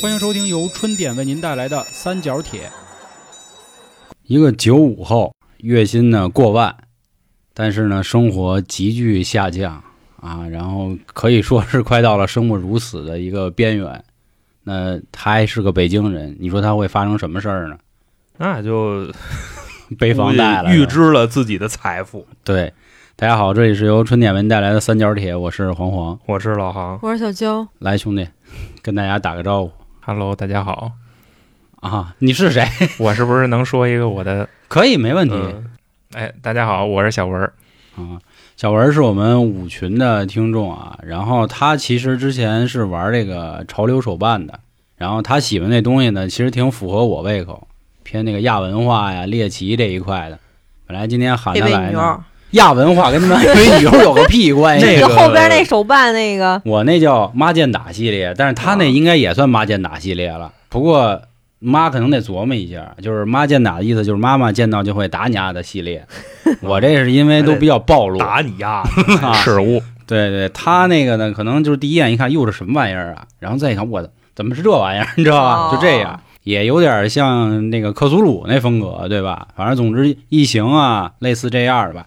欢迎收听由春点为您带来的《三角铁一个九五后，月薪呢过万，但是呢生活急剧下降啊，然后可以说是快到了生不如死的一个边缘。那他还是个北京人，你说他会发生什么事儿 呢？那就背房贷了，预知了自己的财富。对。大家好，这里是由春点为您带来的三角铁，我是黄黄。我是老航我是小娇，来，兄弟，跟大家打个招呼，Hello，大家好，啊！你是谁？我是不是能说一个我的？可以，没问题。嗯，哎，大家好，我是小文儿。啊，小文是我们舞群的听众啊，然后他其实之前是玩这个潮流手办的，然后他喜欢那东西呢，其实挺符合我胃口，偏那个亚文化呀、猎奇这一块的。本来今天喊贝他贝啊来女呢，儿，亚文化跟他们跟旅游有个屁关系？ 那就个后边那手办那个，我那叫妈剑打系列，但是他啊那应该也算妈剑打系列了，不过。妈可能得琢磨一下，就是妈剑打的意思，就是妈妈见到就会打你啊的系 列。我这是因为都比较暴露，打你呀！啊 是物，对对，他那个呢，可能就是第一眼一看，哟，这什么玩意儿啊？然后再一看，我的怎么是这玩意儿？ 你知道吧？哦就这样，也有点像那个克苏鲁那风格，对吧？反正总之，异形啊，类似这样吧。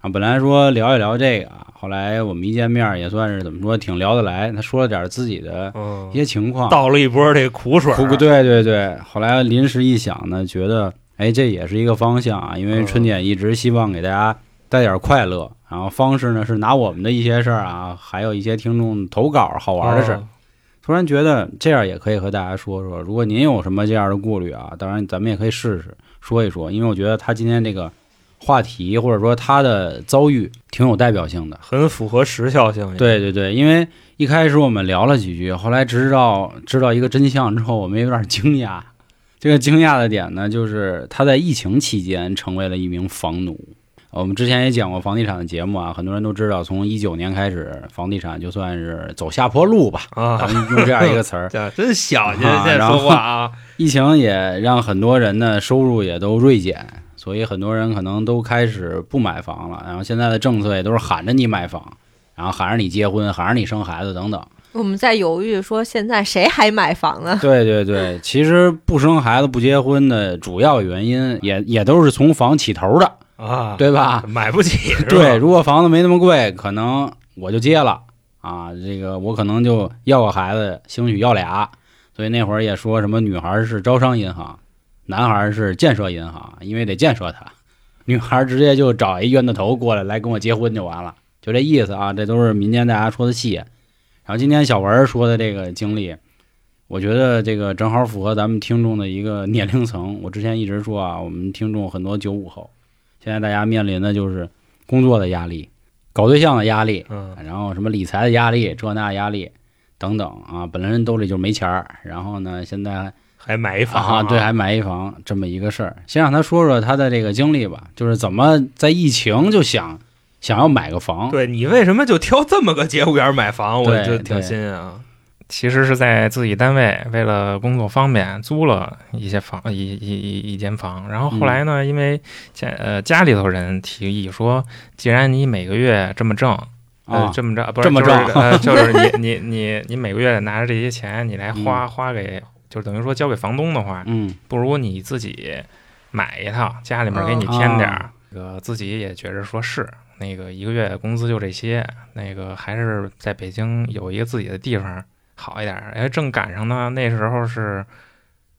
啊，本来说聊一聊这个啊，后来我们一见面也算是怎么说，挺聊得来。他说了点自己的嗯一，些情况，倒了一波这苦水儿。啊不对对对，后来临时一想呢，觉得哎，这也是一个方向啊，因为春姐一直希望给大家带点快乐，然后方式呢是拿我们的一些事儿啊，还有一些听众投稿好玩的事儿，嗯突然觉得这样也可以和大家说说。如果您有什么这样的顾虑啊，当然咱们也可以试试说一说，因为我觉得他今天这个话题或者说他的遭遇挺有代表性的。很符合时效性。，对对对，因为一开始我们聊了几句，后来直到知道一个真相之后，我们有点惊讶。 这个惊讶的点呢，就是他在疫情期间成为了一名房奴。我们之前也讲过房地产的节目啊，很多人都知道，从一九年开始，房地产就算是走下坡路 吧，啊咱，们用这样一个词儿。这真小心，啊现在然后说话啊，疫情也让很多人的收入也都锐减，所以很多人可能都开始不买房了。然后现在的政策也都是喊着你买房，然后喊着你结婚，喊着你生孩子等等。 我们在犹豫说现在谁还买房呢？对对对，其实不生孩子、不结婚的主要原因也，也都是从房起头的，啊，对吧？买不起，是吧对，，如果房子没那么贵，可能我就接了啊。这个我可能就要个孩子，兴许要俩。所以那会儿也说什么女孩是招商银行，男孩是建设银行，因为得建设他。女孩直接就找一冤大头过来来跟我结婚就完了，就这意思啊。这都是民间大家说的戏。然后今天小文儿说的这个经历，我觉得这个正好符合咱们听众的一个年龄层。我之前一直说啊，我们听众很多九五后，现在大家面临的就是工作的压力、搞对象的压力，嗯，然后什么理财的压力、这那压力等等啊。本来人兜里就没钱儿，然后呢，现在还买一房啊，对，还买一房这么一个事儿。先让他说说他的这个经历吧，就是怎么在疫情就想想要买个房。对你为什么就挑这么个节骨眼儿买房？我对就对挺新鲜啊。其实是在自己单位为了工作方便租了一些房一一一一间房，然后后来嗯呢，因为家呃家里头人提议说，既然你每个月这么挣，呃哎哦啊，这么着不是这么就是挣 呃就是你你你你每个月拿着这些钱，你来花、嗯花给，就等于说交给房东的话，嗯，不如你自己买一套，家里面给你添点儿。呃，自己也觉着说是那个一个月工资就这些，那个还是在北京有一个自己的地方好一点儿。哎，正赶上呢，那时候是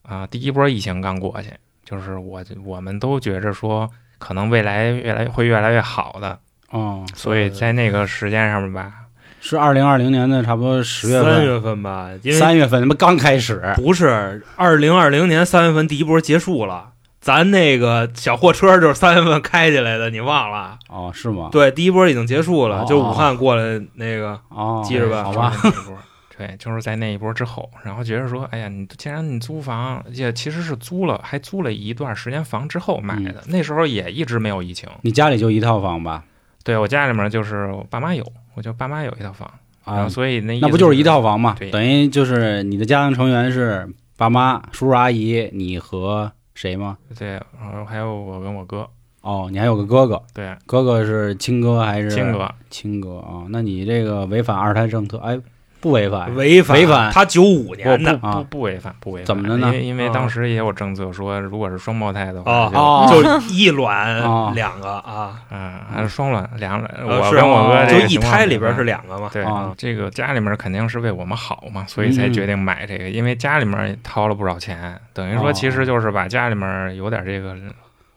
啊、第一波疫情刚过去，就是我我们都觉着说可能未来越来会越来越好的，哦，所以在那个时间上面吧，是二零二零年的差不多十月三份。月份吧，因为三月份他妈刚开始，不是二零二零年三月份第一波结束了，咱那个小货车就是三月份开起来的，你忘了？哦，是吗？对，第一波已经结束了，哦就武汉过来那个，哦，记着吧好吧，就是那一波。对，就是在那一波之后，然后觉得说，哎呀，你既然你租房也其实是租了，还租了一段时间房之后买嗯的，那时候也一直没有疫情。你家里就一套房吧？对我家里面就是我爸妈有，我就爸妈有一套房，然啊后，所以那意思那不就是一套房嘛？对等于就是你的家庭成员是爸妈、叔叔阿姨，你和谁吗？对，然后还有我跟我哥，哦，你还有个哥哥，对，哥哥是亲哥还是哦金？哥，亲哥啊、那你这个违反二胎政策，哎，啊不违法呀，违反违反他九五年的不哦不不违反，不违反。怎么着呢因为因为啊当时也有政策说，如果是双胞胎的啊话，就哦就 一哦卵两个啊，嗯，还是双卵两卵。呃我是跟我哥啊这就个一情况胎不里边一是样两个嘛。对啊这个家里面肯定是为我们好嘛，所以才嗯决定买这个，因为家里面掏了不少钱，等于哦说其实就是把家里面有点这个，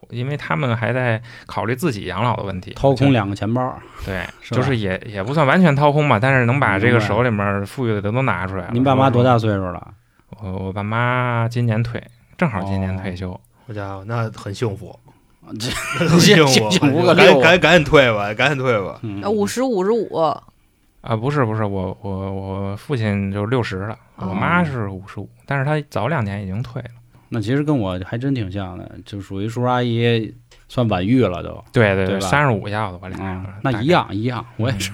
因为他们还在考虑自己养老的问题，掏空就两个钱包。对，是就吧是也也不算完全掏空吧，但是能把这明个白手里面富裕的都拿出来了。您爸妈多大？岁数了？我我爸妈今年退，正好今哦年退休。好家伙，那很幸福， 这 很幸福，幸福个赶紧六赶紧赶紧退吧，赶紧退吧。嗯 呃五十五十五，啊，不是不是，我我我父亲就六十了，哦我妈是五十五，但是她早两年已经退了。那其实跟我还真挺像的，就属于叔叔阿姨算晚育了都。对对对吧三十五要的我俩嗯，呃人，那大概一。样一样，嗯我也是。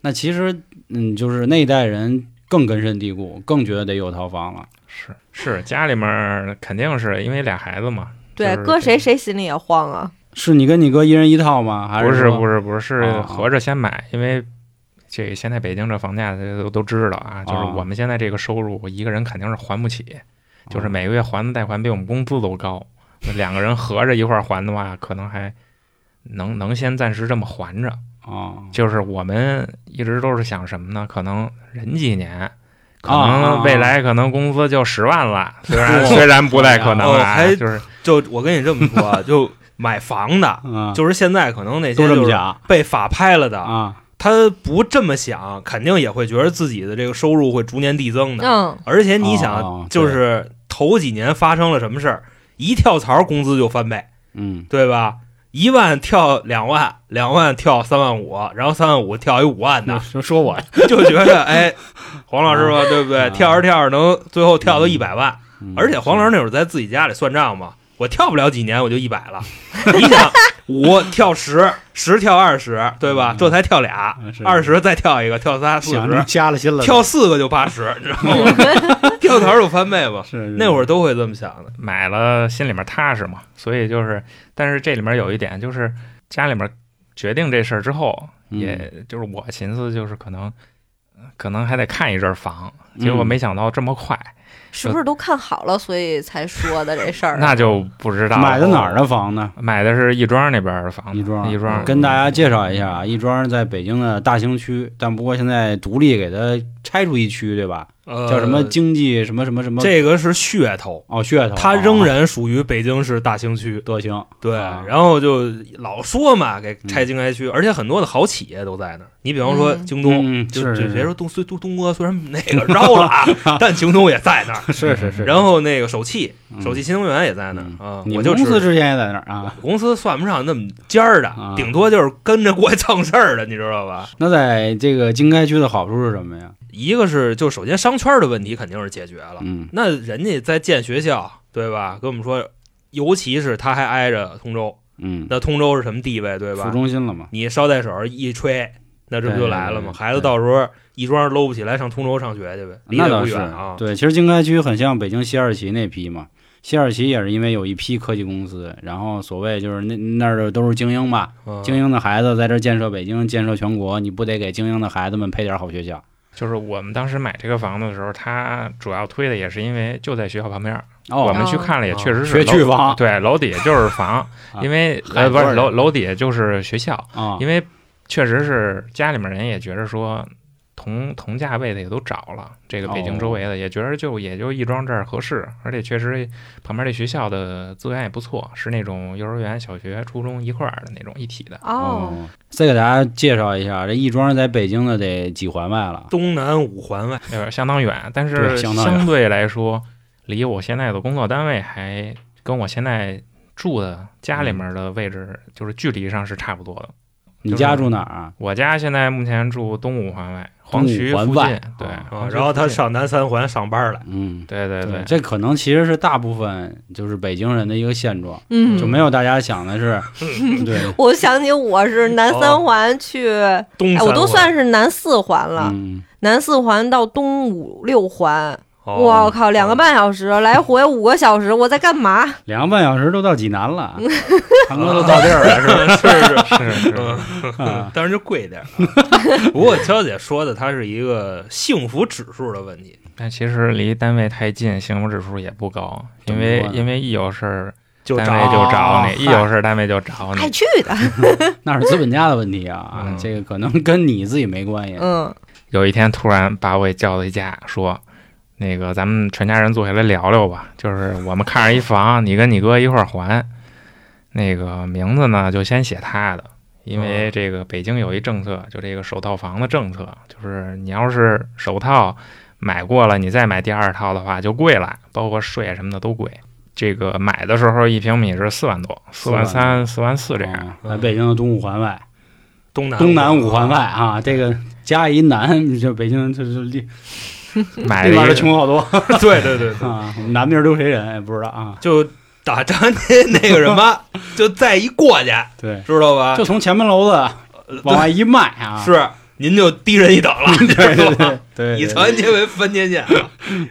那其实，嗯，就是那一代人更根深蒂固，更觉得得有套房了。是是，家里面儿肯定是因为俩孩子嘛。对，就是搁谁谁心里也慌啊。是你跟你哥一人一套吗？还不是是不是？是不是，是啊合着先买，因为这现在北京这房价大家都都知道啊，就是啊我们现在这个收入，一个人肯定是还不起，就是每个月还的贷款比我们工资都高，那两个人合着一块儿还的话，可能还能能先暂时这么还着。啊，就是我们一直都是想什么呢？可能忍几年，可啊啊啊能未来可能工资就十万了，虽然哇虽然不太可能哦啊还，就是就我跟你这么 说啊，就买房的，嗯，就是现在可能那些都这就么是想被法拍了的，啊。他不这么想，肯定也会觉得自己的这个收入会逐年递增的。嗯，而且你哦想，对就是头几年发生了什么事儿，一跳槽工资就翻倍，嗯，对吧？一万跳两万，两万跳三万五，然后三万五跳一五万的，说说我，就觉得哎，黄老师吧，对 不对？嗯跳着跳着能最后跳到一百万，嗯而且黄老师那会儿在自己家里算账嘛，我跳不了几年我就一百了。你想，五跳十，十跳二十，对吧？嗯这才跳俩嗯是，二十再跳一个，跳仨四想着十，瞎了心了，跳四个就八十，你知道吗？ 跳槽就翻倍嘛。是 那会儿都会这么想的，买了心里面踏实嘛。所以就是，但是这里面有一点就是，家里面决定这事儿之后，嗯也就是我寻思就是可能，可能还得看一阵儿房，结果嗯没想到这么快，是不是都看好了，所以才说的这事儿？啊那就不知道了买的哪儿？的房呢？买的是亦庄那边儿的嗯房子，亦庄，亦庄跟大家介绍一下啊，亦庄在北京的大兴区，但不过现在独立给它拆出一区，对吧？呃叫什么经济什么什么什么？这个是噱头，哦，噱头，它啊仍然属于北京市大兴区。德行，对，啊嗯然后就老说嘛，给拆经开区，而且很多的好企业都在那儿。你比方说嗯京东，嗯就是就是别说东虽东东哥虽然那个招了啊， 但京东也在那儿。是是是， 然后那个手气，嗯手气新能源也在那儿啊。你我们就公司是之前也在那儿啊。公司算不上那么尖儿的啊，顶多就是跟着过去蹭事儿的，你知道吧？那在这个经开区的好处是什么呀？一个是就首先商圈的问题肯定是解决了，嗯那人家在建学校，对吧？跟我们说，尤其是他还挨着通州，嗯，那通州是什么地位，对吧副？中心了嘛。你捎带手一吹，那这不就来对了对吗？对孩子到时候一庄搂不起来，上通州上学去呗，离那得倒不是远啊。对，其实经开区很像北京西二旗那批嘛。西二旗也是因为有一批科技公司，然后所谓就是那那儿的都是精英嘛，嗯精英的孩子在这儿建设北京、建设全国，你不得给精英的孩子们配点好学校？就是我们当时买这个房子的时候，它主要推的也是因为就在学校旁边儿，我哦，们去看了也确实是学楼区房对，楼底下就是 房啊，因为海呃不多是人楼楼底下就是学校，啊，因为确实是家里面人也觉着说同同价位的也都找了，这个北哦京周围的也觉着就也就亦庄这儿合适，而且确实旁边这学校的资源也不错，是那种幼儿园、小学、初中一块儿的那种一体的。哦，，再给大家介绍一下，这亦庄在北京的得几环外了？东南五环外，有点相当远，但对是相当远相对来说，离我现在的工作单位还跟我现在住的家里面的位置，嗯就是距离上是差不多的。你家住哪儿啊？我家现在目前住东五环外，黄渠东五附环外近，对啊，黄啊渠然后他附近，上南三环上班来，嗯，对对对，这可能其实是大部分就是北京人的一个现状，嗯，就没有大家想的是，嗯 对，我想起我是南三环去，东哎，三环我都算是南四环了，嗯，南四环到东五六环，哦哇，我靠，两个半小时来回五个小时，我在干嘛？两个半小时都到济南了，嗯韩哥都到地儿了，是吧？ 是是 是是，是，啊当然就贵点儿啊。不过娇姐说的，它是一个幸福指数的问题，但其实离单位太近，幸福指数也不高，因为怎么说呢因为一有事儿就单找位就找你，一有嗨事儿单位就找爱你。去的，那是资本家的问题啊，嗯这个可能跟你自己没关系。啊嗯，有一天突然把我给叫到一家，说那个咱们全家人坐下来聊聊吧，就是我们看上一房，你跟你哥一块儿还， 那个名字呢就先写他的。因为这个北京有一政策，就这个首套房的政策，就是你要是首套买过了，你再买第二套的话就贵了，包括税什么的都贵。这个买的时候一平米是四万多，四万三、四万四这样。 嗯啊来北京的东五环外、东南东南五环外啊，这个加一南，就北京就是另买那了边一的个穷好 多 对对对，对啊。我们南边留谁人也不知道啊。就打 张那那个什么，就再一过去，对，知道啊吧？就从前门楼子呃往外一迈啊，是您就低人一等了， 对对对知道对吧， 对以团结为分界线啊，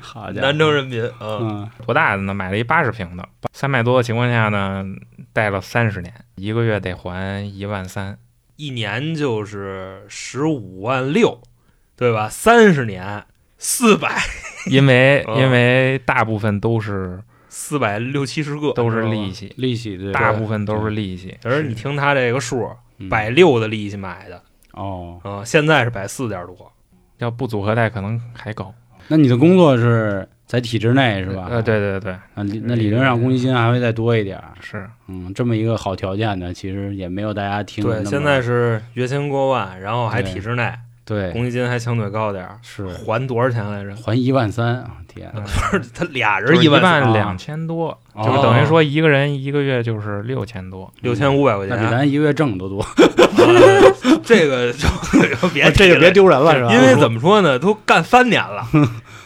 好家伙，南城人民啊，嗯，多大的呢？买了一八十平的，三百多的情况下呢，贷了三十年，一个月得还一万三。一年就是十五万六，对吧？三十年四百因为哦因为大部分都是四百六七十个，都是知道吧利息，利息对大部分都是利息。可是你听他这个数，嗯百六的利息买的哦。啊、现在是百四点多，要不组合贷可能还高。那你的工作是在体制内是吧？呃，对对对，啊，理那理论上公积金还会再多一点儿，是嗯，这么一个好条件呢，其实也没有大家听的那对，么现在是月薪过万，然后还对体制内，对公积金还相对高点儿，是还多少钱来着？ 还一万三啊，天哪，不是他俩就是人一万三啊万两千多，哦就是等于说一个人一个月就是六千多。六千五百块那 钱，比咱一个月挣的都多，啊 这个就 就别提啊 这就了别丢人了是吧？因为怎么说呢，都干三 年了，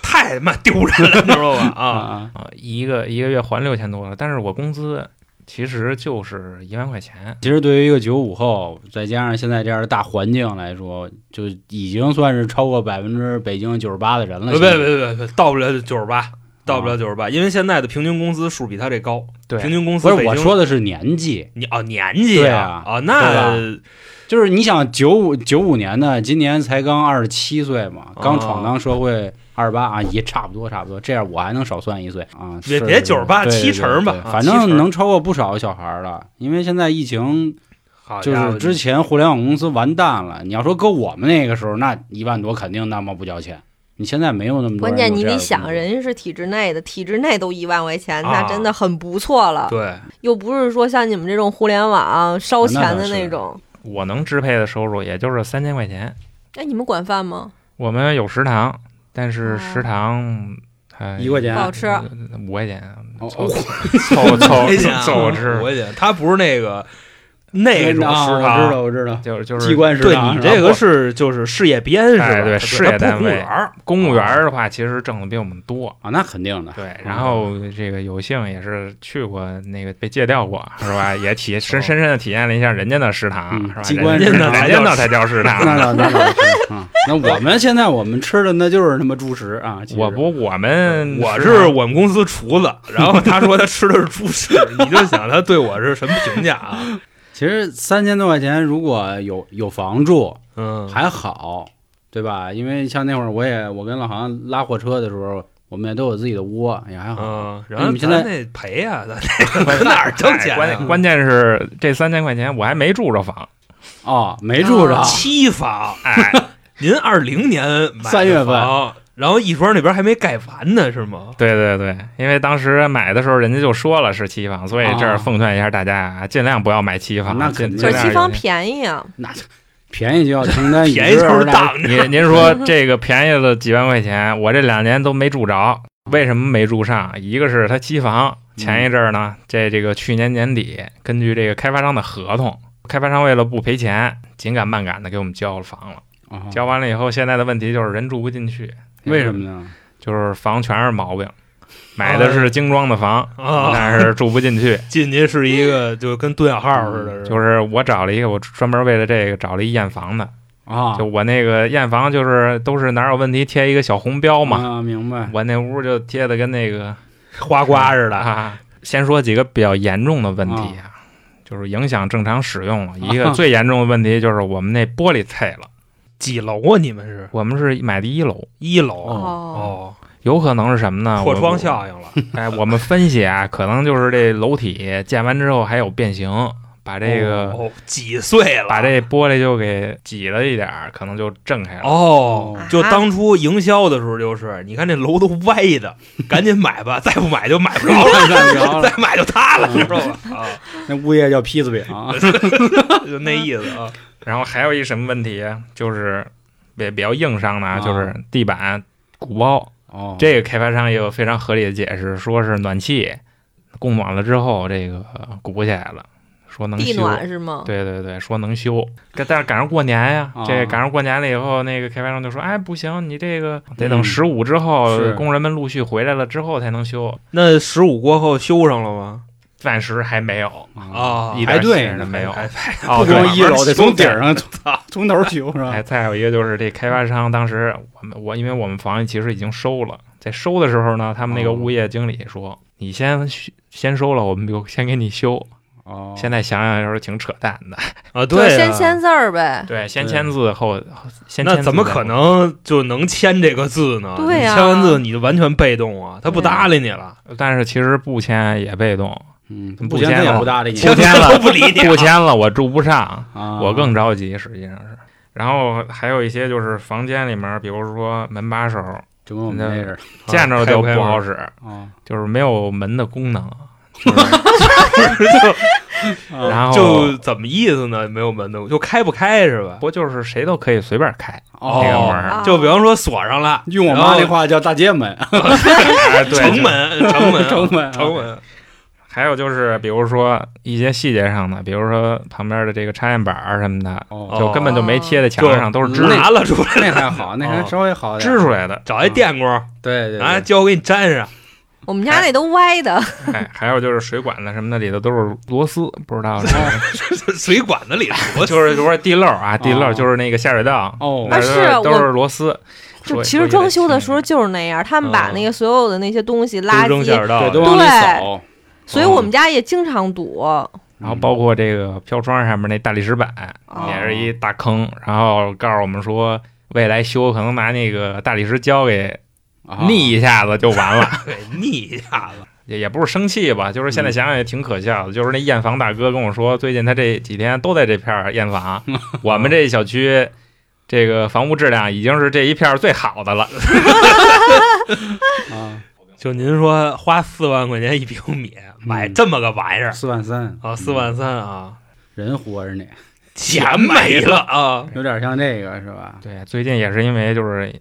太他妈丢人了，你知道吧？啊啊，啊啊，一个一个月还六千多了，但是我工资其实就是一万块钱，其实对于一个九五后，再加上现在这样的大环境来说，就已经算是超过百分之北京九十八的人了。别现在呃别别别，到不了九十八，到不啊了九十八，因为现在的平均工资数比他这高，对平均工资不北是我京说的是年纪，你哦年纪对啊啊啊那就是你想九五九五年的，今年才刚二十七岁嘛，哦刚闯荡社会二十八啊，也差不多差不多，这样我还能少算一岁啊。别是别98对对七成对吧对啊反七正成能超过不少小孩儿了，因为现在疫情好就家伙是之前互联网公司完蛋了，你要说搁我们那个时候，那一万多肯定他妈不交钱。你现在没有那么多关人键有你这样的得工想，作人家是体制内的，体制内都一万块钱，啊那真的很不错了，对 又不是说像你们这种互联网烧钱那的那倒是种。我能支配的收入也就是三千块钱。哎，你们管饭吗？我们有食堂，但是哦食堂呃一块钱不好吃呃五块钱，哦凑凑凑凑合吃， 我去，他不是 那个那种啊食我知堂。道，我知道，啊就是就机是关食对堂你是吧这个是就是事业编是吧？哎对它事业它不单位公 公务务员儿员儿的话，其实挣的比我们多。啊，那肯定的，对，然后这个有幸也是去过那个被借调过，是 吧？也体深深深的体验了一下人家的食堂，哦嗯是吧？机关人食家堂那人家那才叫食 堂那呢。倒那倒是啊。那我们现在我们吃的那就是他妈猪食啊，其实我不，我嗯们我食是啊我们公司厨子，然后他说他吃的是猪食，你就想他对我是什么评价啊？其实三千多块钱如果有有房住嗯，还好，对吧？因为像那会儿我也我跟老航拉货车的时候，我们也都有自己的窝，也还好。嗯，然那后你们现咱在哎那赔呀，咱 那哪儿挣钱哎关啊？关键是这三千块钱我还没住着房，哦，没住着啊，期房，哎，您二零年买的三月份房，然后亦庄那边还没盖完呢，是吗？对对对，因为当时买的时候人家就说了是期房，所以这儿奉劝一下大家啊，尽量不要买期房。那肯尽定尽可是量期房有些便宜啊，那便宜就要承 担便宜就是大。当着您您说这个便宜了几万块钱，我这两年都没住着，为什么没住上？一个是它期房，前一阵儿嗯呢，这这个去年年底，根据这个开发商的合同，开发商为了不赔钱，紧赶慢赶的给我们交了房了。哦交完了以后，现在的问题就是人住不进去，为什么？呢？哦就是房全是毛病，买的是精装的房，啊，但是住不进去。进去是一个就跟蹲小号似的，嗯就是我找了一个，我专门为了这个找了一验房的，啊，就我那个验房就是都是哪儿有问题贴一个小红标嘛，啊，明白我那屋就贴的跟那个花瓜似嗯的。啊。先说几个比较严重的问题啊，就是影响正常使用了。一个啊最严重的问题就是我们那玻璃碎了，几楼啊？你们是我们是买的一楼，一楼？哦，哦，有可能是什么呢？破窗效。效应了。哎，我们分析啊，可能就是这楼体建完之后还有变形，把这个、哦，几岁了？把这玻璃就给挤了一点儿，可能就震开了。哦嗯啊哦，就当初营销的时候就是，你看这楼都歪的，赶紧买吧，再不买就买不 着了，买不哦着了再买就塌了，你知道吧？啊，那物业叫坯子饼，啊，就那意思啊。然后还有一什么问题，就是比比较硬伤的啊，啊就是地板鼓包。哦，这个开发商也有非常合理的解释，说是暖气供暖了之后，这个鼓起来了，说能地修。暖是吗？对对对，说能修，可但是赶上过年呀、啊这赶上过年了以后，那个开发商就说：“哎，不行，你这个得嗯等十五之后，是工人们陆续回来了之后才能修。那十五过后修上了吗？”暂时还没有，嗯啊，哎一排点队信儿呢都没有。还还哦不对光一楼得从顶儿上操从头修是吧啊哎，？再有一个就是这开发商当时我们我因为我们房其实已经收了，在收的时候呢，他们那个哦物业经理说：“你先续先收了，我们就先给你修。”哦，现在想想就是挺扯淡的。啊，就对啊，先签字儿呗。对， 先签字后先签那字怎么再可付能就能签这个字呢？对啊呀你签完字你就完全被动啊，他不对呀搭理你了，但是其实不签也被 动，嗯，不不签签他也嗯了不搭理 你不签他了都不理你了不签了我住不上，哦啊，我更着急，实际上是。然后还有一些就是房间里面，比如说门把手，啊就跟我们这似的见着就不好使。使，啊就是没有门的功能。哦就是 啊然后就怎么意思呢？没有门的，就开不开是吧？不就是谁都可以随便开这个门哦，儿？啊就比方说锁上了，用我妈那话叫大街门，啊哎 对城门，城门， 城门啊城门。还有就是，比如说一些细节上的，比如说旁边的这个插线板儿什么的，哦，就根本就没贴在墙上，都是支那拿了出来，那还好，那还稍微好点支儿，出来 的。找一电工，嗯对对拿对，胶给你粘上。 我们家那都歪的，哎，还有就是水管子什么的里头都是螺丝，不知道是什么水管子里头，就是就是地漏啊，地漏哦就是那个下水道，哦那啊是啊都是都是我螺丝。 就说其实装修的时，候说就是那样，他们把嗯那个所有的那些东西 垃都扔下圾，对，水道都里，往里对扫，所以我们家也经常堵。然后包括这个飘窗上面那大理石板哦也是一大坑，然后告诉我们说未来修可能拿那个大理石胶给哦啊腻一下子就完了。给腻一下子。也也不是生气吧，就是嗯现在想想也挺可笑的。就是那验房大哥跟我说，最近他这几天都在这片儿 验房，我们这小区这个房屋质量已经是这一片儿最好的了。啊，就您说花四万块钱一平米买这么个玩意儿四万三嗯啊，四万三啊，人活着呢，钱没了啊。有点像这个是吧？对，最近也是因为就是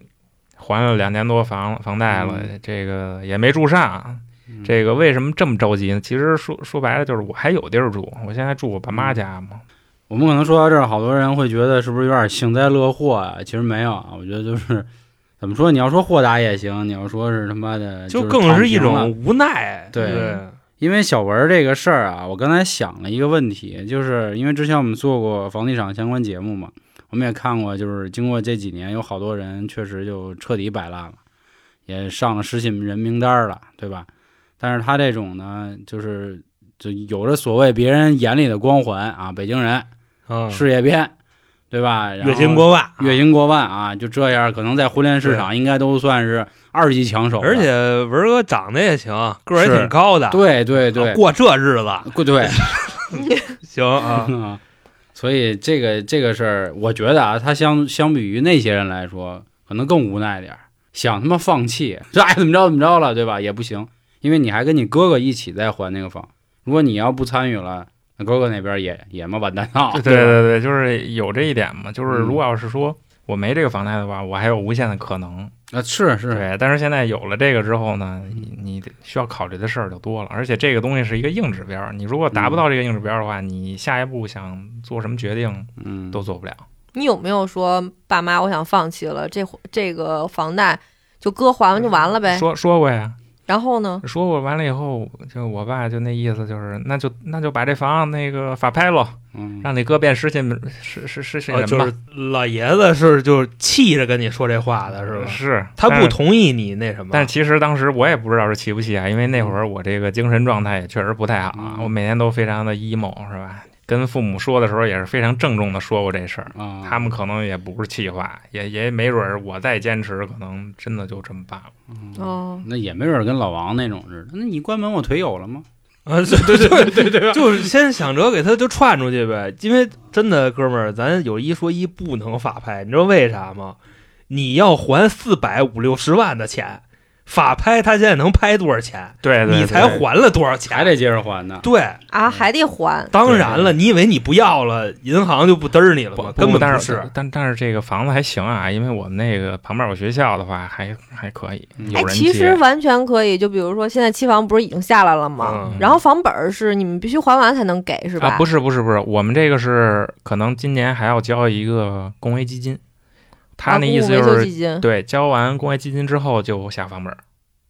还了两年多房房贷了，这个也没住上。嗯这个为什么这么着急呢？其实说说白了就是我还有地儿住，我现在住我爸嗯妈家嘛。我们可能说到这儿，好多人会觉得是不是有点幸灾乐祸啊？其实没有啊，我觉得就是怎么说，你要说豁达也行，你要说是他妈的，就是更躺是一平了种无奈。对对，因为小文儿这个事儿啊，我刚才想了一个问题，就是因为之前我们做过房地产相关节目嘛，我们也看过，就是经过这几年，有好多人确实就彻底摆烂了，也上了失信人名单儿了，对吧？但是他这种呢，就是就有着所谓别人眼里的光环啊，北京人嗯，事业编，对吧？然后月薪过万，月薪过万啊，就这样，可能在婚恋市场应该都算是二级强手了，而且文哥长得也行，个儿也是挺高的，对对对啊，过这日子过对。行啊。啊，所以这个这个事儿，我觉得啊，他相相比于那些人来说，可能更无奈点儿，想他妈放弃，这爱怎么着怎么着了，对吧？也不行，因为你还跟你哥哥一起在还那个房，如果你要不参与了，那哥哥那边也也嘛完蛋啊， 对吧对对，就是有这一点嘛。就是嗯如果要是说我没这个房贷的话，我还有无限的可能。啊是是，对，但是现在有了这个之后呢，你你得需要考虑的事儿就多了，而且这个东西是一个硬指标儿，你如果嗯达不到这个硬指标儿的话，你下一步想做什么决定嗯，都做不了。你有没有说爸妈，我想放弃了，这这个房贷就哥还完就完了呗？说说过呀，然后呢？说过完了以后，就我爸就那意思就是，那就那就把这房那个法拍喽，嗯，让你哥变失信门失失失信哦人就吧。是老爷子是就是气着跟你说这话的是吧？是他但不同意你那什么，但其实当时我也不知道是气不气啊，因为那会儿我这个精神状态也确实不太好啊，嗯我每天都非常的 emo，是吧？跟父母说的时候也是非常郑重的说过这事儿，啊，他们可能也不是气话，也也没准儿我再坚持，可能真的就这么办了。哦，嗯那也没准儿跟老王那种似的。那你关门，我腿有了吗？ 啊，对对对对对，就是先想着给他就串出去呗，因为真的哥们儿，咱有一说一，不能法拍，你知道为啥吗？你要还四百五六十万的钱，法拍他现在能拍多少钱？对你才还了多少还钱？得接着还呢。对，嗯啊，还得还。当然了，你以为你不要了，银行就不嘚儿你了吗？根不本但不是是。但但是这个房子还行啊，因为我们那个旁边有学校的话，还还可以，嗯有哎，人其实接。完全可以，就比如说现在期房不是已经下来了吗？嗯， 然后房本儿是你们必须还完才能给，是吧？啊，不是不是不是，我们这个是可能今年还要交一个公维基金，他啊那意思公共就维修是基金对，交完公益基金之后就下房本儿。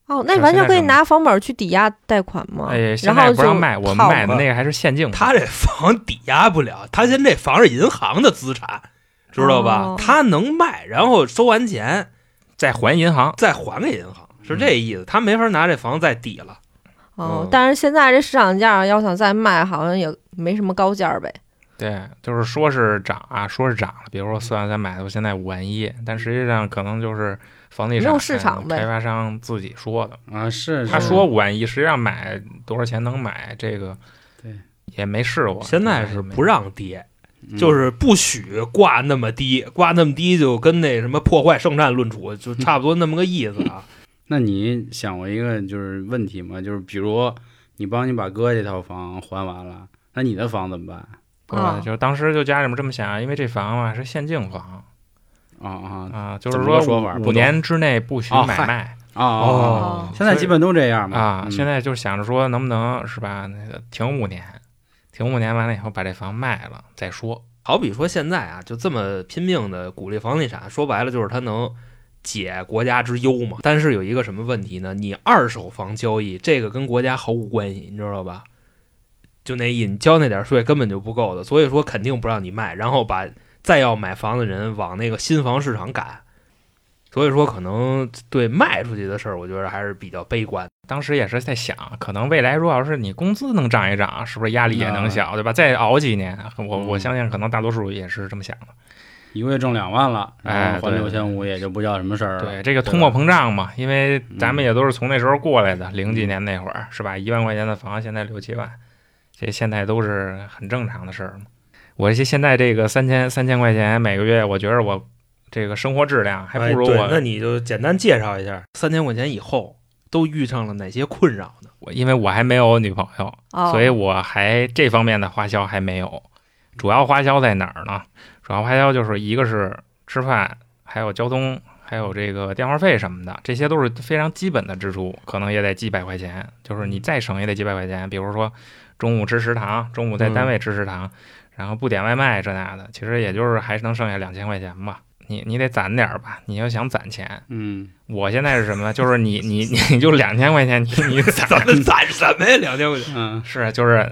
哦，那是完现在全可以是拿房本儿去抵押贷款嘛。哎，现啊然在后不让就卖，我们套卖的嘛那个还是限定的。他这房抵押不了，他现在这房是银行的资产，知道吧哦？他能卖，然后收完钱，再还银行，再还给银行，是这意思。他没法拿这房子再抵了。哦嗯，但是现在这市场价要想再卖，好像也没什么高价儿呗。对，就是说是涨啊，说是涨了。比如说四万三买的，我现在五万一，但实际上可能就是房地没产有市场呗开发商自己说的。啊，是他是说五万一，实际上买多少钱能买这个，对，也没试过。现在是没不让跌，嗯就是不许挂那么低，挂那么低就跟那什么破坏圣战论处就差不多那么个意思啊。那你想过一个就是问题吗？就是比如你帮你把哥这套房还完了，那你的房怎么办？对啊，就当时就家里面这么想，因为这房啊是限定房啊啊啊，就怎是么个说法不五懂年之内不许哦买嗨卖。啊啊！哦现在基本都这样嘛啊，嗯现在就想着说能不能是吧？那个停五年，停五年完了以后把这房卖了再说。好比说现在啊，就这么拼命的鼓励房地产，说白了就是它能解国家之忧嘛。但是有一个什么问题呢？你二手房交易这个跟国家毫无关系，你知道吧？就那意思，你交那点税根本就不够的，所以说肯定不让你卖，然后把再要买房的人往那个新房市场赶。所以说，可能对卖出去的事儿，我觉得还是比较悲观的。当时也是在想，可能未来如果要是你工资能涨一涨，是不是压力也能小，对吧？再熬几年，我我嗯相信可能大多数也是这么想的。一个月挣两万了，然哎后还对六千五也就不叫什么事儿了。对，这个对通货膨胀嘛，因为咱们嗯也都是从那时候过来的，零几年那会儿是吧？一万块钱的房现在六七万，这现在都是很正常的事儿嘛。我这现在这个三千三千块钱每个月，我觉得我这个生活质量还不如我那你就简单介绍一下，三千块钱以后都遇上了哪些困扰呢？我因为我还没有女朋友，哦，所以我还这方面的花销还没有。主要花销在哪儿呢？主要花销就是一个是吃饭，还有交通，还有这个电话费什么的，这些都是非常基本的支出，可能也得几百块钱。就是你再省也得几百块钱。比如说中午吃食堂，中午在单位吃食堂，然后不点外卖这那的，其实也就是还能剩下两千块钱吧。你你得攒点儿吧，你要想攒钱。嗯，我现在是什么？就是你你你你就两千块钱，你你攒咱们攒什么呀？两千块钱。嗯，是就是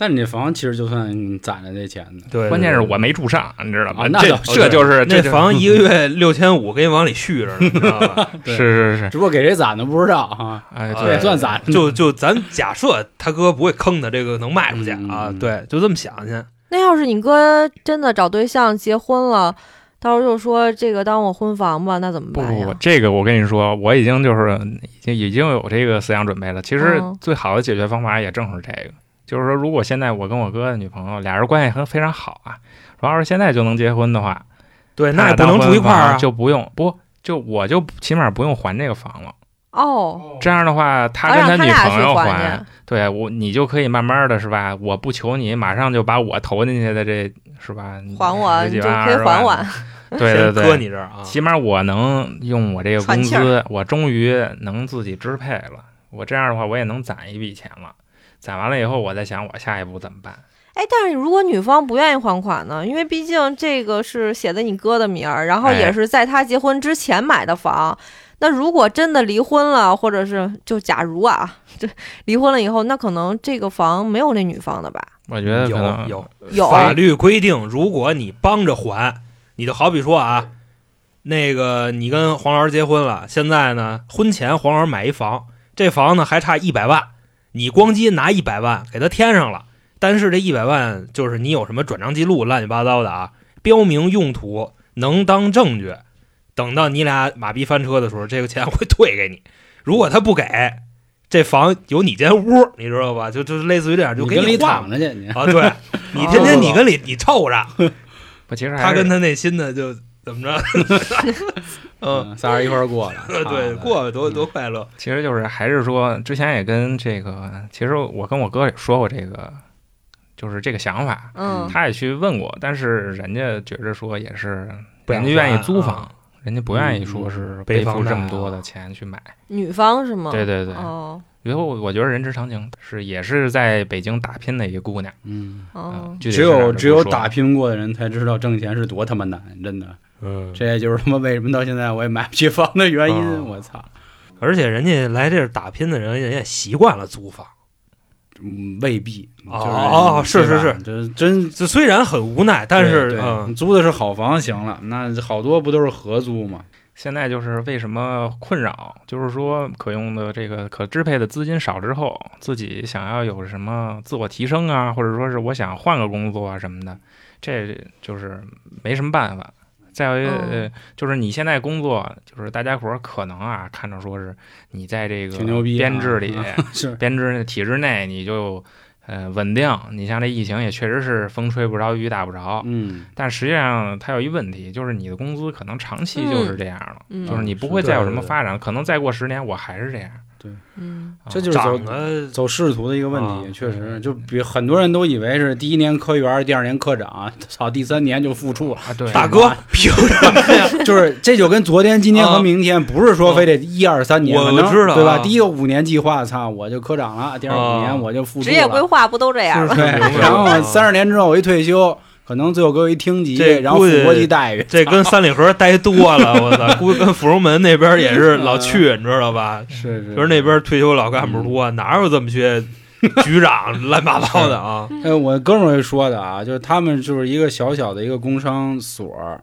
但你这房其实就算你攒着这钱呢，对关键是我没住上，你知道吧？啊那这倒是这就是这那就房一 个月六千五，给你往里续着呢，你知道吧？对是是是，只不过给谁攒的不知道哈，哎啊对也算攒。就就咱假设他哥不会坑他，这个能卖出去嗯啊嗯？嗯对，就这么想去。那要是你哥真的找对象结婚了，到时候就说这个当我婚房吧，那怎么不办不呀？不，这个我跟你说，我已经就是已经已经有这个思想准备了。其实嗯最好的解决方法也正是这个，就是说，如果现在我跟我哥的女朋友俩人关系很非常好啊，然后要是现在就能结婚的话，对，他那也俩不当能住一块儿婚啊房。就不用不就我就起码不用还这个房了。哦，这样的话，他啊跟让他女俩朋去友还还去。对我，你就可以慢慢的是吧？我不求你马上就把我投进去的这是吧？还我，十你几就万可以还。二十我。万对对搁对，你这儿啊？起码我能用我这个工喘气资，我终于能自己支配了。我这样的话，我也能攒一笔钱了。攒完了以后，我再想我下一步怎么办。哎，但是如果女方不愿意还款呢？因为毕竟这个是写的你哥的名儿，然后哎也是在他结婚之前买的房，那如果真的离婚了，或者是就假如啊，这离婚了以后，那可能这个房没有那女方的吧？我觉得可有能有有啊法律规定，如果你帮着还，你就好比说啊，那个你跟黄老师结婚了，现在呢，婚前黄老师买一房，这房呢还差一百万，你光机拿一百万给他添上了，但是这一百万就是你有什么转账记录乱七八糟的啊，标明用途能当证据，等到你俩马逼翻车的时候，这个钱会退给你，如果他不给。这房有你间屋，你知道吧？就就是类似于这样，就你给跟里换了躺着去，你啊，对你天天你跟里你凑 着，不，其实还他是跟他那新的就怎么着， 嗯，，嗯仨人一块儿过 了 啊对，过得多多快乐，其实就是还是说，之前也跟这个，其实我跟我哥也说过这个，就是这个想法，嗯，他也去问过，但是人家觉着说也是，嗯不人想家嗯愿意租还房，人家不愿意说是背背负房贷这啊么多的钱去买。女方是吗？对对对，哦以后我觉得人之常情，是也是在北京打拼的一个姑娘，嗯，哦嗯，具体只是哪儿有就不只有说打了拼过的人才知道挣钱是多他妈难，真的。嗯，这也就是他妈为什么到现在我也买不起房的原哦因。我操，而且人家来这儿打拼的人，人家习惯了租房，嗯，未必。就是哦哦是是是，这真。这虽然很无奈，但对是对嗯，你租的是好房行了，那好多不都是合租 吗？现在就是为什么困扰，就是说可用的这个可支配的资金少之后，自己想要有什么自我提升啊，或者说是我想换个工作啊什么的，这就是没什么办法。再有一个、呃哦嗯就是你现在工作，就是大家伙儿可能啊看着说是你在这个挺牛逼啊编制里、是 编制体制内你就呃稳定。你像这疫情也确实是风吹不着雨打不着，嗯，但实际上它有一问题，就是你的工资可能长期就是这样了，嗯就是你不是会对再有什么对发展，可能再过十年我还是这样。嗯，啊这就是走哦长得走仕途的一个问啊题，确实就比很多人都以为是第一年科员，第二年科长，操，第三年就副处 了，啊，对，大哥凭什么呀？就是这就跟昨天、今天啊和明天不是说非得一二三年，我可能我知道啊对吧？第一个五年计划，操，我就科长了；第二啊五年我就副处职业规了，划不都这样 吗？对。明白然后啊三十年之后我一退休，可能最后给我一厅级，这然后估副计国级待遇，这跟三里河待多了，我操，估计跟芙蓉门那边也是老去，嗯你知道吧？是是就是那边退休老嗯干部多，哪有这么些局长 乱七八糟的啊？呃，我哥们儿说的啊，就是他们就是一个小小的一个工商所儿，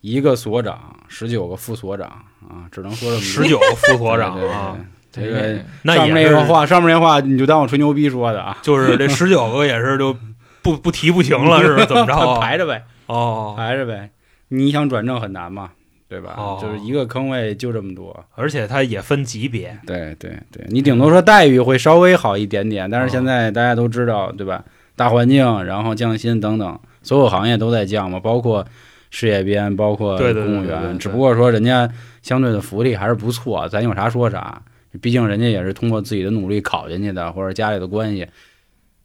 一个所长，十九个副所长啊，只能说这么十九副所长啊，对对对这个那上也面那是个话，上面那话你就当我吹牛逼说的啊，就是这十九个也是就不不提不行了，是怎么着 啊？排着呗，哦，排着呗。你想转正很难嘛，对吧？哦就是一个坑位就这么多。而且它也分级别，对对对，你顶多说待遇会稍微好一点点，但哦是现在大家都知道，对吧？大环境，然后降薪等等，所有行业都在降嘛，包括事业编，包括对对对公务对对对员。只不过说人家相对的福利还是不错，咱有啥说啥。毕竟人家也是通过自己的努力考进去的，或者家里的关系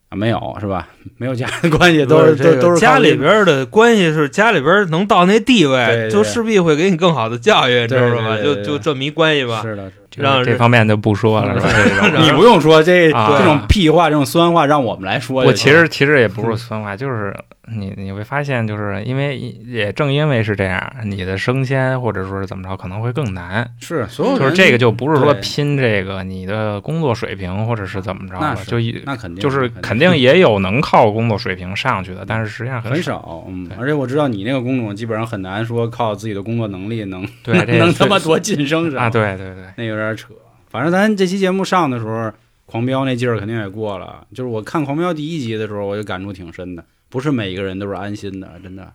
啊，没有是吧？没有家里的关系，都是不这都个都是家靠里运边的关系是家里边能到那地位，对对就势必会给你更好的教育，你知道吧？对对就对对就这么一关系吧。是啊的，是的这让个这人方面就不说了，是吧？这种让你不用说这啊这种屁话，这种酸话，让我们来说就我行。其实其实也不是酸 话，就是你你会发现，就是因为也正因为是这样，你的升迁或者说是怎么着可能会更难。是所有就人是这个就不是说对拼这个你的工作水平或者是怎么着那了，是就一那肯定就是肯定也有能靠工作水平上去的，但是实际上很少。少，嗯对，而且我知道你那个工种基本上很难说靠自己的工作能力能对，这 能是他妈多晋升上啊！，对对对，那有点扯。反正咱这期节目上的时候，狂飙那劲儿肯定也过了。就是我看狂飙第一集的时候，我就感触挺深的，不是每一个人都是安心的，真的。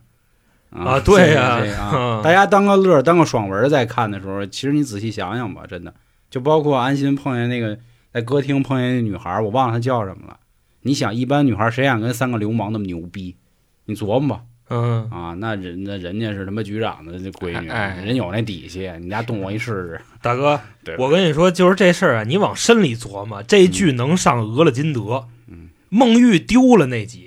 啊对呀这个这个 嗯啊，大家当个乐儿当个爽文儿在看的时候，其实你仔细想想吧，真的，就包括安心碰见那个在歌厅碰见那女孩儿，我忘了她叫什么了。你想，一般女孩儿谁想跟三个流氓那么牛逼？你琢磨吧。嗯，啊，那人那人家是他妈局长的这闺女，哎哎人有那底气，你家动我一试试。大哥对，我跟你说，就是这事儿啊，你往深里琢磨，这剧能上俄勒金德，嗯孟玉丢了那集。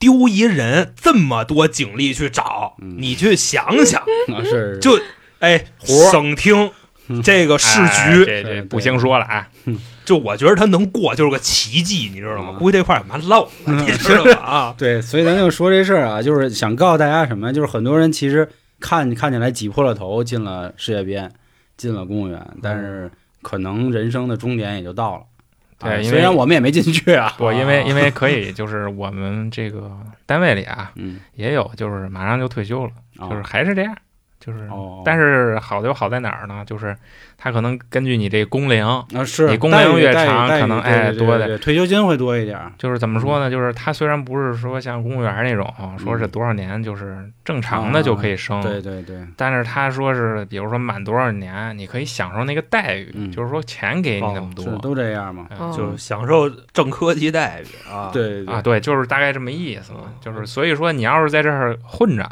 丢一人，这么多警力去找，嗯你去想想， 啊，是就哎，活儿嗯省厅这个市局哎，这这不兴说了啊！就我觉得他能过就是个奇迹，你知道吗？嗯估计这块儿也妈漏了，你 知道吧？啊，对，所以咱就说这事儿啊，就是想告诉大家什么，就是很多人其实看看起来挤破了头进了事业编，进了公务员，但是可能人生的终点也就到了。对啊因为虽然我们也没进去啊，不，因为因为可以，就是我们这个单位里啊，嗯，也有就是马上就退休了，啊就是还是这样，就是，哦，但是好就好在哪儿呢？就是他可能根据你这工龄，啊是你工待龄遇越待遇长待遇可能对对哎对多对的对退休金会多一点儿，就是怎么说嗯呢？就是他虽然不是说像公务员那种，说是多少年就是正常的就可以升，啊对对对，但是他说是，比如说满多少年，你可以享受那个待遇，嗯哦就是说钱给你那么多、是都这样嘛，嗯哦就是享受正科级待遇啊。，对对嗯啊，对，就是大概这么意思嘛。就是所以说，你要是在这儿混着，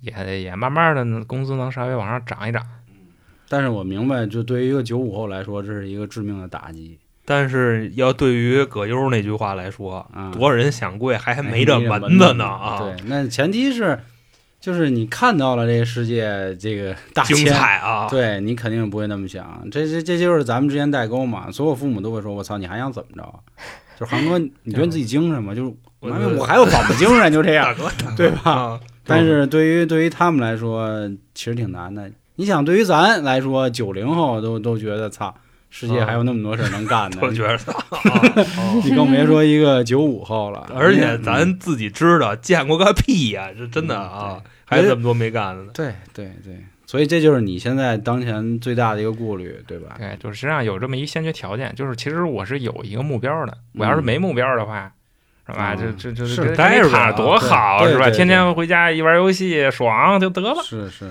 也也慢慢的工资能稍微往上涨一涨。但是我明白，就对于一个九五后来说，这是一个致命的打击但是要对于葛优那句话来说，啊！多少人想跪还还没这门子呢啊！对，那前提是，就是你看到了这个世界这 个大精千，彩啊！对你肯定不会那么想。这这这就是咱们之间代沟嘛，所有父母都会说：“我操，你还想怎么着啊？”就是航哥，你觉得自己精神吗？就是我妈呀我还有怎么精神？就这样 大，哥，对吧？啊但是对于对于他们来说，其实挺难的。你想，对于咱来说，九零后都都觉得操，世界还有那么多事儿能干呢。啊我觉 得，啊你更别说一个九五后了啊，而且嗯咱自己知道见过个屁呀，这真的啊，还有这么多没干的呢。对对对，所以这就是你现在当前最大的一个顾虑，对吧？对，就是实际上有这么一先决条件，就是其实我是有一个目标的。我要是没目标的话，是吧？嗯这这这是这待着这躺吧多对好，对是吧？对天对天回家一玩游戏爽就得了。是是，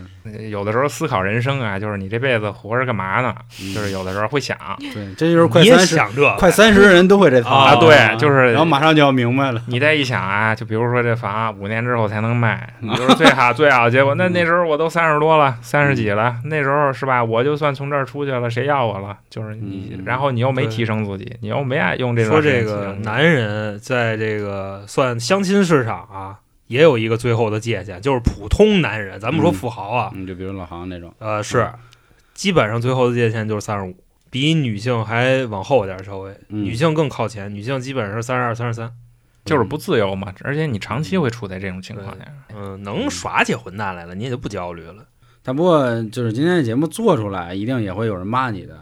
有的时候思考人生啊，就是你这辈子活着干嘛呢？嗯就是有的时候会想对，这就是快你也三十，想这个快三十的人都会这套啊对就是然后马上就要明 白了，你再一想啊，就比如说这房五年之后才能 卖，你就是最好最好嗯结果。那那时候我都三十多了，三十几了，那时候是吧？我就算从这儿出去了，谁要我了？就是你，嗯然后你又没对提升自己，你又没爱用这种说这啊个男人在这个算相亲市场啊，也有一个最后的界限，就是普通男人，咱们说富豪啊，嗯，就嗯比如老航那种，呃，是基本上最后的界限就是三十五，比女性还往后点儿稍微，嗯女性更靠前，女性基本上是三十二、三十三，就是不自由嘛，而且你长期会处在这种情况下。嗯，能耍起混蛋来了，你也就不焦虑了。但不过就是今天的节目做出来，一定也会有人骂你的。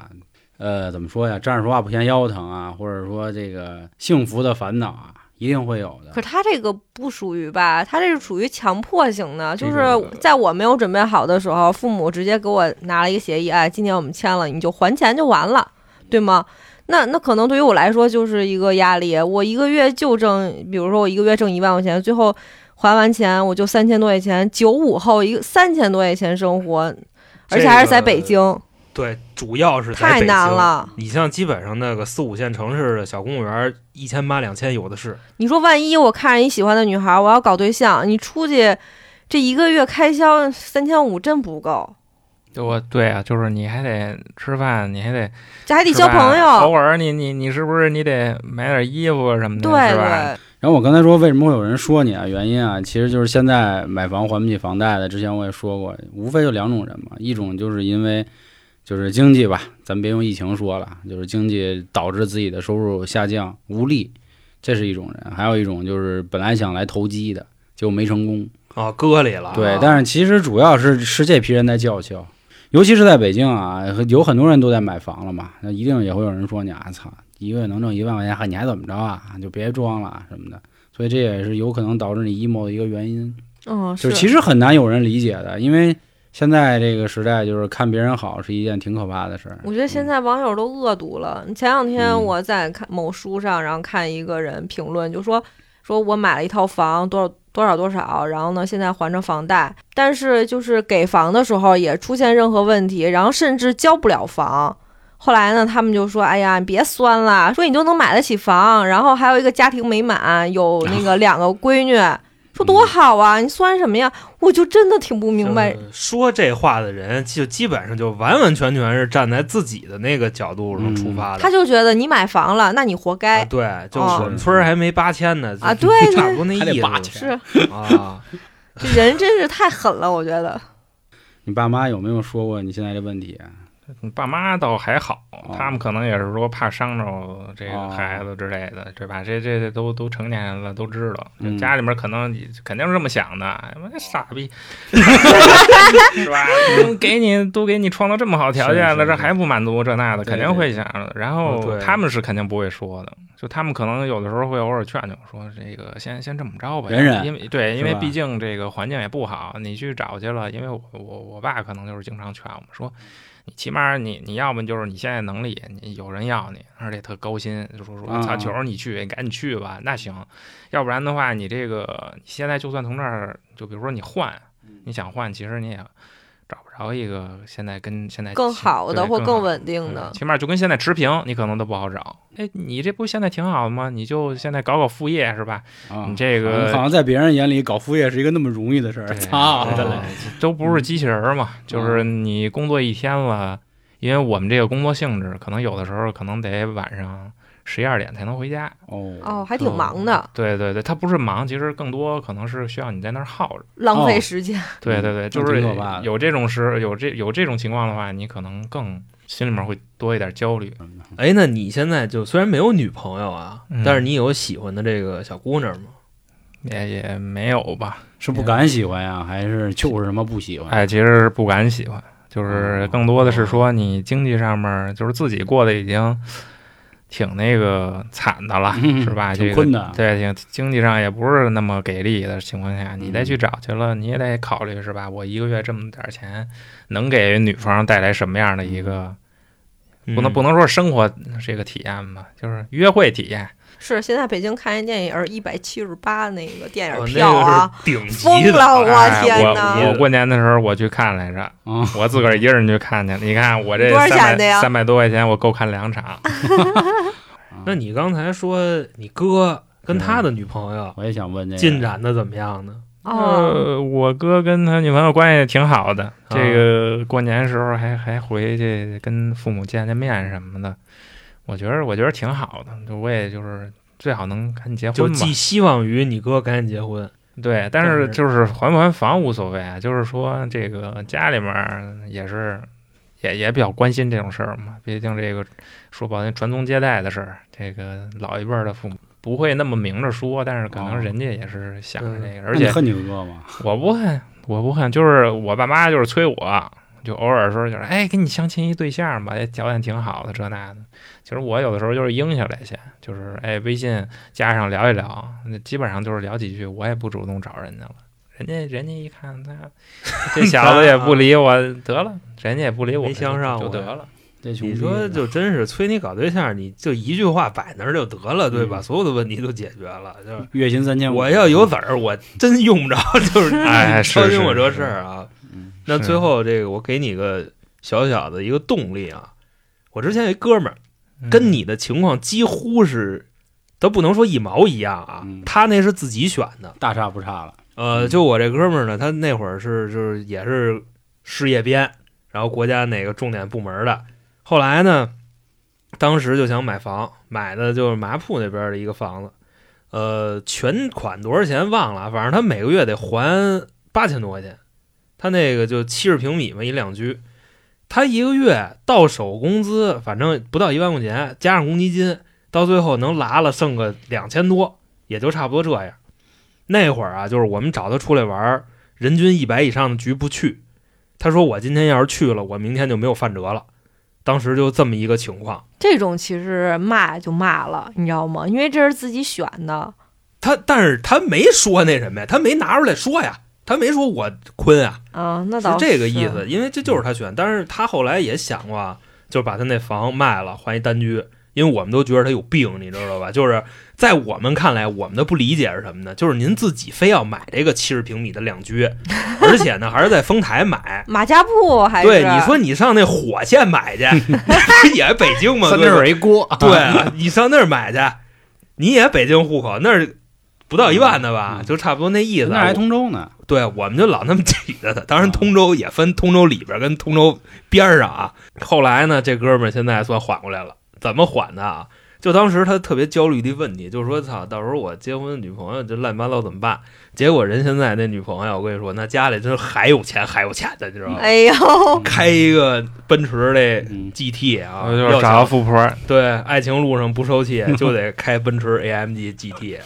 呃，怎么说呀？站着说话不嫌腰疼啊，或者说这个幸福的烦恼啊，一定会有的。可他这个不属于吧，他这是属于强迫型的，就这是个在我没有准备好的时候，父母直接给我拿了一个协议，哎，今年我们签了，你就还钱就完了，对吗？那那可能对于我来说就是一个压力，我一个月就挣，比如说我一个月挣一万块钱，最后还完钱我就三千多块钱，九五后一个三千多块钱生活，而且还是在北京，对，主要是在太北京难。了。你像基本上那个四五线城市的小公务员，一千八两千有的是。你说万一我看上一喜欢的女孩，我要搞对象，你出去这一个月开销三千五真不够，对，我对啊，就是你还得吃饭，你还得这还还得交朋偶友。尔你你你是不是你得买点衣服什么的，对是吧？对，然后我刚才说为什么会有人说你啊？原因啊，其实就是现在买房还不起房贷的，之前我也说过，无非就两种人嘛，一种就是因为就是经济吧，咱别用疫情说了，就是经济导致自己的收入下降无力，这是一种人；还有一种就是本来想来投机的，结果没成功，啊，割里了啊，对，但是其实主要是是这批人在叫嚣，尤其是在北京啊，有很多人都在买房了嘛，那一定也会有人说你啊，操，一个月能挣一万块钱，还你还怎么着啊？就别装了啊什么的。所以这也是有可能导致你 emo 的一个原因，嗯，就是其实很难有人理解的，因为现在这个时代，就是看别人好是一件挺可怕的事儿。我觉得现在网友都恶毒了。前两天嗯我在看某书上，然后看一个人评论，就说说我买了一套房，多少多少多少，然后呢现在还着房贷，但是就是给房的时候也出现任何问题，然后甚至交不了房。后来呢，他们就说：“哎呀，你别酸了，说你就能买得起房，然后还有一个家庭美满，有那个两个闺女，说多好啊，你酸什么呀？”我就真的挺不明白就是说这话的人，就基本上就完完全全是站在自己的那个角度上嗯出发的。他就觉得你买房了，那你活啊该。对，就哦我们村儿还没八千呢啊就对差不多那意还思得八千是，啊。这人真是太狠了，我觉得。哎你爸妈有没有说过你现在这问题啊？你爸妈倒还好哦，他们可能也是说怕伤着这个哦孩子之类的，对吧？这这这都都成年人了，都知道，嗯家里面可能你肯定是这么想的，哎妈这傻 逼，是吧？都给你都给你创造这么好条件是是了，是这还不满足这那的，对哦肯定会想的。然嗯后对他们是肯定不会说的，就他们可能有的时候会偶尔劝劝说，这个先先这么着吧，忍忍因为对，因是为吧毕竟这个环境也不好，你去找去了，因为我我我爸可能就是经常劝我们说。你起码你你要么就是你现在能力，你有人要你，而且特高薪，就说啊说操，求着你去，赶紧去吧，那行。要不然的话，你这个你现在就算从这儿，就比如说你换，嗯你想换，其实你也找不着一个现在跟现在更好的对或更好更稳定的嗯，起码就跟现在持平，你可能都不好找。哎，你这不现在挺好的吗？你就现在搞搞副业是吧？啊，你这好像好个像在别人眼里搞副业是一个那么容易的事儿，对操对的嗯对嘞！都不是机器人儿嘛，就是你工作一天了，因为我们这个工作性质，可能有的时候可能得晚上十一二点才能回家。哦，哦，还挺忙的，对对对，他不是忙，其实更多可能是需要你在那儿耗着。浪费时间。 对对对，嗯就那是挺可怕的有这种时有这有这种情况的话，你可能更心里面会多一点焦虑。嗯哎，那你现在就虽然没有女朋友啊，嗯但是你有喜欢的这个小姑娘吗？也也没有吧，是不敢喜欢呀，还是就是什么不喜欢？哦哎，其实是不敢喜欢，就是更多的是说你经济上面就是自己过得已经挺那个惨的了，嗯是哎吧？挺这困个难，对，挺经济上也不是那么给力的情况下，你再嗯去找去了，你也得考虑是吧？我一个月这么点儿钱，能给女方带来什么样的一个？嗯不嗯能不哦能说生活这个体验吧，就是约会体验。是现在北京看一电影一百七十八那个电影哦，票 啊，那个是顶级疯的，了！我哎天我哪！我过年的时候我去看来着，嗯我自个儿一个人去看去。你看我这多少钱三的百呀三百多块钱，我够看两场。啊那你刚才说你哥跟他的女朋嗯友我也想问这个进展的怎么样呢？哦，呃，嗯我哥跟他女朋友关系挺好的，这个过年时候还还回去跟父母见见面什么的，我觉得我觉得挺好的。就我也就是最好能赶紧结就婚吧寄。希望于你哥赶紧结婚。对，但是但是就是还不还房无所谓啊，就是说这个家里面儿也是也也比较关心这种事儿嘛，毕竟这个说不好听传宗接代的事儿，这个老一辈儿的父母不会那么明着说，但是可哦能人家也是想着这个，那而你且恨你哥吗？我不恨，我不恨，就是我爸妈就是催我，就偶尔说就是哎，给你相亲一对象吧，哎条件挺好的这那的。其实我有的时候就是应下来先，就是哎微信加上聊一聊，那基本上就是聊几句，我也不主动找人家了。人家人家一看 他这小子也不理我，得了，人家也不理我，啊没相上就我就得 了。这兄你弟，啊说啊就真是催你搞对象，你就一句话摆那儿就得了，对嗯吧？所有的问题都解决了。就是月薪三千五，嗯我要有子儿，我真用不着， 就是哎你是操心是我这是事儿啊。嗯那是最后这个，我给你个小小的一个动力啊。我之前有一哥们儿，嗯跟你的情况几乎是，都不能说一毛一样啊嗯。他那是自己选的。大差不差了，呃，嗯就我这哥们儿呢，他那会儿是就是也是事业编，然后国家哪个重点部门的。后来呢，当时就想买房，买的就是麻铺那边的一个房子，呃，全款多少钱忘了啊，反正他每个月得还八千多块钱。他那个就七十平米嘛，一两居，他一个月到手工资反正不到一万块钱，加上公积金，到最后能拿了剩个两千多，也就差不多这样。那会儿啊，就是我们找他出来玩儿，人均一百以上的局不去。他说我今天要是去了，我明天就没有饭辙了。当时就这么一个情况，这种其实骂就骂了，你知道吗？因为这是自己选的，他但是他没说那什么呀，他没拿出来说呀，他没说我坤啊，啊，那是倒这个意思，因为这就是他选。但是他后来也想过啊，就是把他那房卖了换一单居，因为我们都觉得他有病，你知道吧？就是在我们看来，我们的不理解是什么呢？就是您自己非要买这个七十平米的 两居，而且呢还是在丰台买。马家铺还是对，你说你上那火县买去，也是北京嘛，三对点吧？水一锅，啊对，你上那儿买去，你也北京户口，那儿不到一万的吧，嗯就差不多那意思。那啊还通州呢，对，我们就老那么挤着他。当然，啊通州也分通州里边跟通州边儿上啊。后来呢，这哥们儿现在算缓过来了，怎么缓的啊？就当时他特别焦虑的问题，就是说，操，到时候我结婚女朋友这乱七八糟怎么办？结果人现在那女朋友，我跟你说，那家里真是还有钱还有钱的，你知道吗？哎呦， 开一个奔驰的嗯 GT 啊，我就要是找到想富婆，对爱情路上不收 气，就得开奔驰 AMG GT。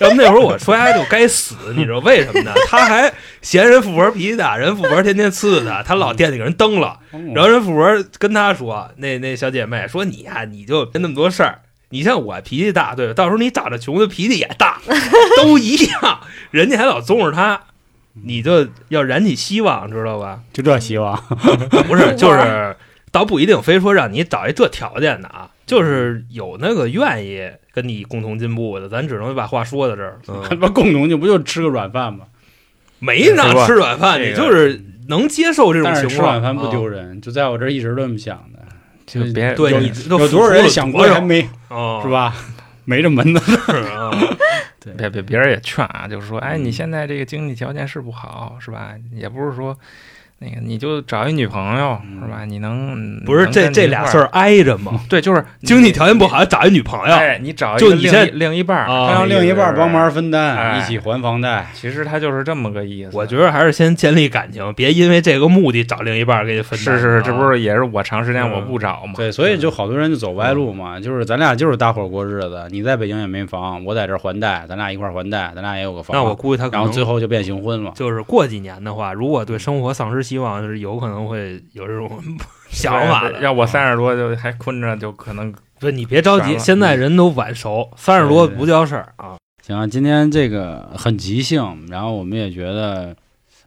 要不那会儿我说丫就该死，你知道为什么呢？他还嫌人富婆脾气大，人富婆天天呲呲他，他嗯老惦记给人蹬了。然后人富婆跟他说，那那小姐妹说你呀、你就别那么多事儿。你像我脾气大，对吧？到时候你长得穷的脾气也大， 都一样。人家还老纵着他，你就要燃起希望，知道吧？就这希望， 不是，就是倒不一定非说让你找一这条件的啊，就是有那个愿意跟你共同进步的，咱只能把话说到这儿。他 嗯，妈共同就不就吃个软饭吗？没让吃软饭，这你个就是能接受这种但是情吃况。啊软饭不丢人，人，就在我这儿一直这么想的。就别对，有你都有多少人想过服了还没多少啊是？吧？没这门子，哦 是啊别别别人也劝啊，就是说，哎，嗯你现在这个经济条件是不好，是吧？也不是说那个你就找一女朋友，是吧？你能嗯不是这这俩事，能跟你一块嗯儿挨着吗？儿对，就是经济条件不好，还找一女朋友，哎，你找一就个你另一现另一半儿，啊他让让另一半帮。忙分哎担，一起还房贷。其实他就是这么个意思。我觉得还是先建立感情，别因为这个目的找另一半儿给你分担。啊是是，这不是是也是我长时间嗯我不找嘛？对，所以就好多人就走歪路嘛，就是咱俩就是搭伙过日子，你在北京也没房，我在这儿还贷，咱俩一块儿还贷，咱俩也有个房。那我估计他可然后能最后就变形婚了。就是过几年的话，如果对生活丧失希望，是有可能会有这种 想法 啊的。要我三十多就还困着，就可能不是你别着完急，了现在人都晚熟，三十多嗯对对对不叫事儿 啊。行啊，今天这个很即兴，然后我们也觉得，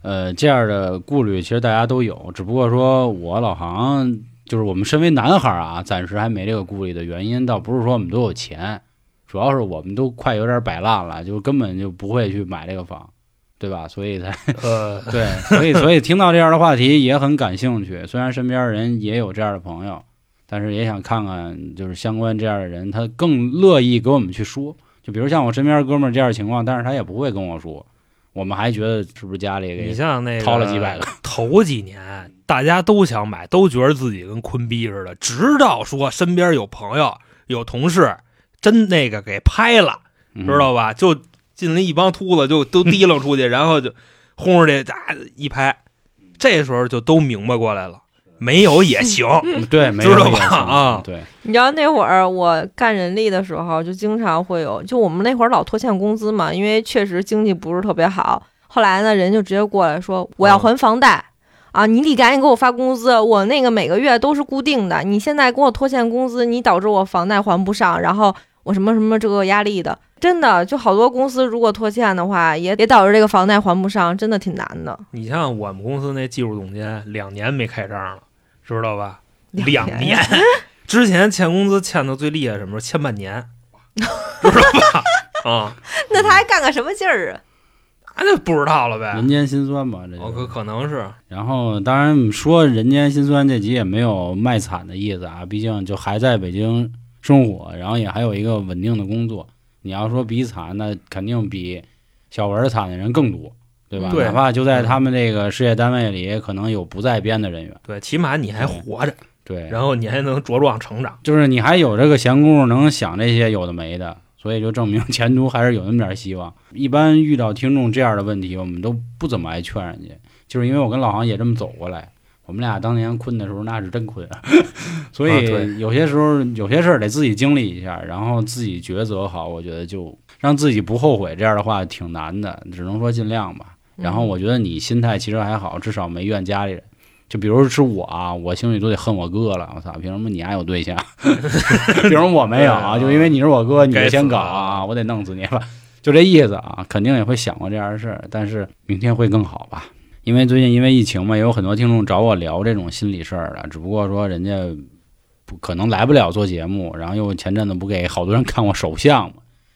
呃，这样的顾虑其实大家都有，只不过说我老航就是我们身为男孩儿啊，暂时还没这个顾虑的原因，倒不是说我们都有钱，主要是我们都快有点摆烂了，就根本就不会去买这个房，对吧？所以才呃，对，所以所以听到这样的话题也很感兴趣。虽然身边人也有这样的朋友，但是也想看看就是相关这样的人，他更乐意给我们去说。就比如像我身边哥们儿这样的情况，但是他也不会跟我说，我们还觉得是不是家里你给像那个掏了几百个，头几年大家都想买，都觉得自己跟坤逼似的，直到说身边有朋友、有同事真那个给拍了，嗯知道吧？就进了一帮秃子，就都提溜出去，然后就轰出去，哒一拍，这时候就都明白过来了，没有也行。 嗯对，没知道有吧也行啊对，你知道那会儿我干人力的时候，就经常会有，就我们那会儿老拖欠工资嘛，因为确实经济不是特别好。后来呢，人就直接过来说我嗯要还房贷。啊，你得赶紧给我发工资，我那个每个月都是固定的。你现在给我拖欠工资，你导致我房贷还不上，然后我什么什么这个有压力的，真的就好多公司如果拖欠的话，也也导致这个房贷还不上，真的挺难的。你像我们公司那技术总监，两年没开张了，知道吧？两两年年， 之前欠工资欠的最厉害，什么时候欠半年， 知道吧？啊， 那他还干个什么劲儿啊？那就不知道了呗人。间辛酸吧，这哦，就是可可能是然后，当然我们说《人间辛酸》这集也没有卖惨的意思啊，毕竟就还在北京生活，然后也还有一个稳定的工作。你要说比惨，那肯定比小文儿惨的人更多，对吧？对哪怕就在他们这个事业单位里，可能有不在编的人员，对，起码你还活着，对，然后你还能茁壮成长。就是你还有这个闲工夫能想这些有的没的，所以就证明 前途还是有那么点希望。一般遇到听众这样的问题，我们都不怎么爱劝人家，就是因为我跟老航也这么走过来。我们俩当年困的时候，那是真困， 所啊对以有些时候有些事儿得自己经历一下，然后自己抉择好。我觉得就让自己不后悔，这样的话挺难的，只能说尽量吧。嗯然后我觉得你心态其实还好，至少没怨家里人。就比如是我啊，我心里都得恨我哥了。我操，凭什么你还有对象？ 凭什么我没有啊？就因为你是我哥，你就先搞该死啊，我得弄死你了。就这意思啊，肯定也会想过这样的事儿，但是明天会更好吧？因为最近因为疫情嘛，也有很多听众找我聊这种心理事儿的，只不过说人家不可能来不了做节目，然后又前阵子不给好多人看我手相嘛，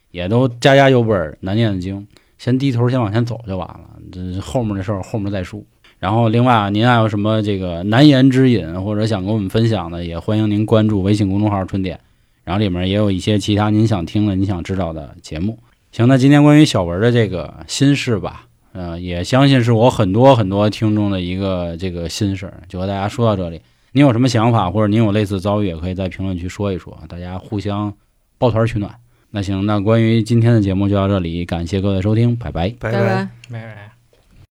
也都家家有本儿难念的经，先低头先往前走就完了，这后面的事儿后面再说。然后，另外啊，您还有什么这个难言之隐，或者想跟我们分享的，也欢迎您关注微信公众号“春点”，然后里面也有一些其他您想听的、您想知道的节目。行，那今天关于小文的这个心事吧，呃，也相信是我很多很多听众的一个这个心事儿，就和大家说到这里。您有什么想法，或者您有类似遭遇，也可以在评论区说一说，大家互相抱团取暖。那行，那关于今天的节目就到这里，感谢各位收听，拜拜。拜拜拜。拜拜。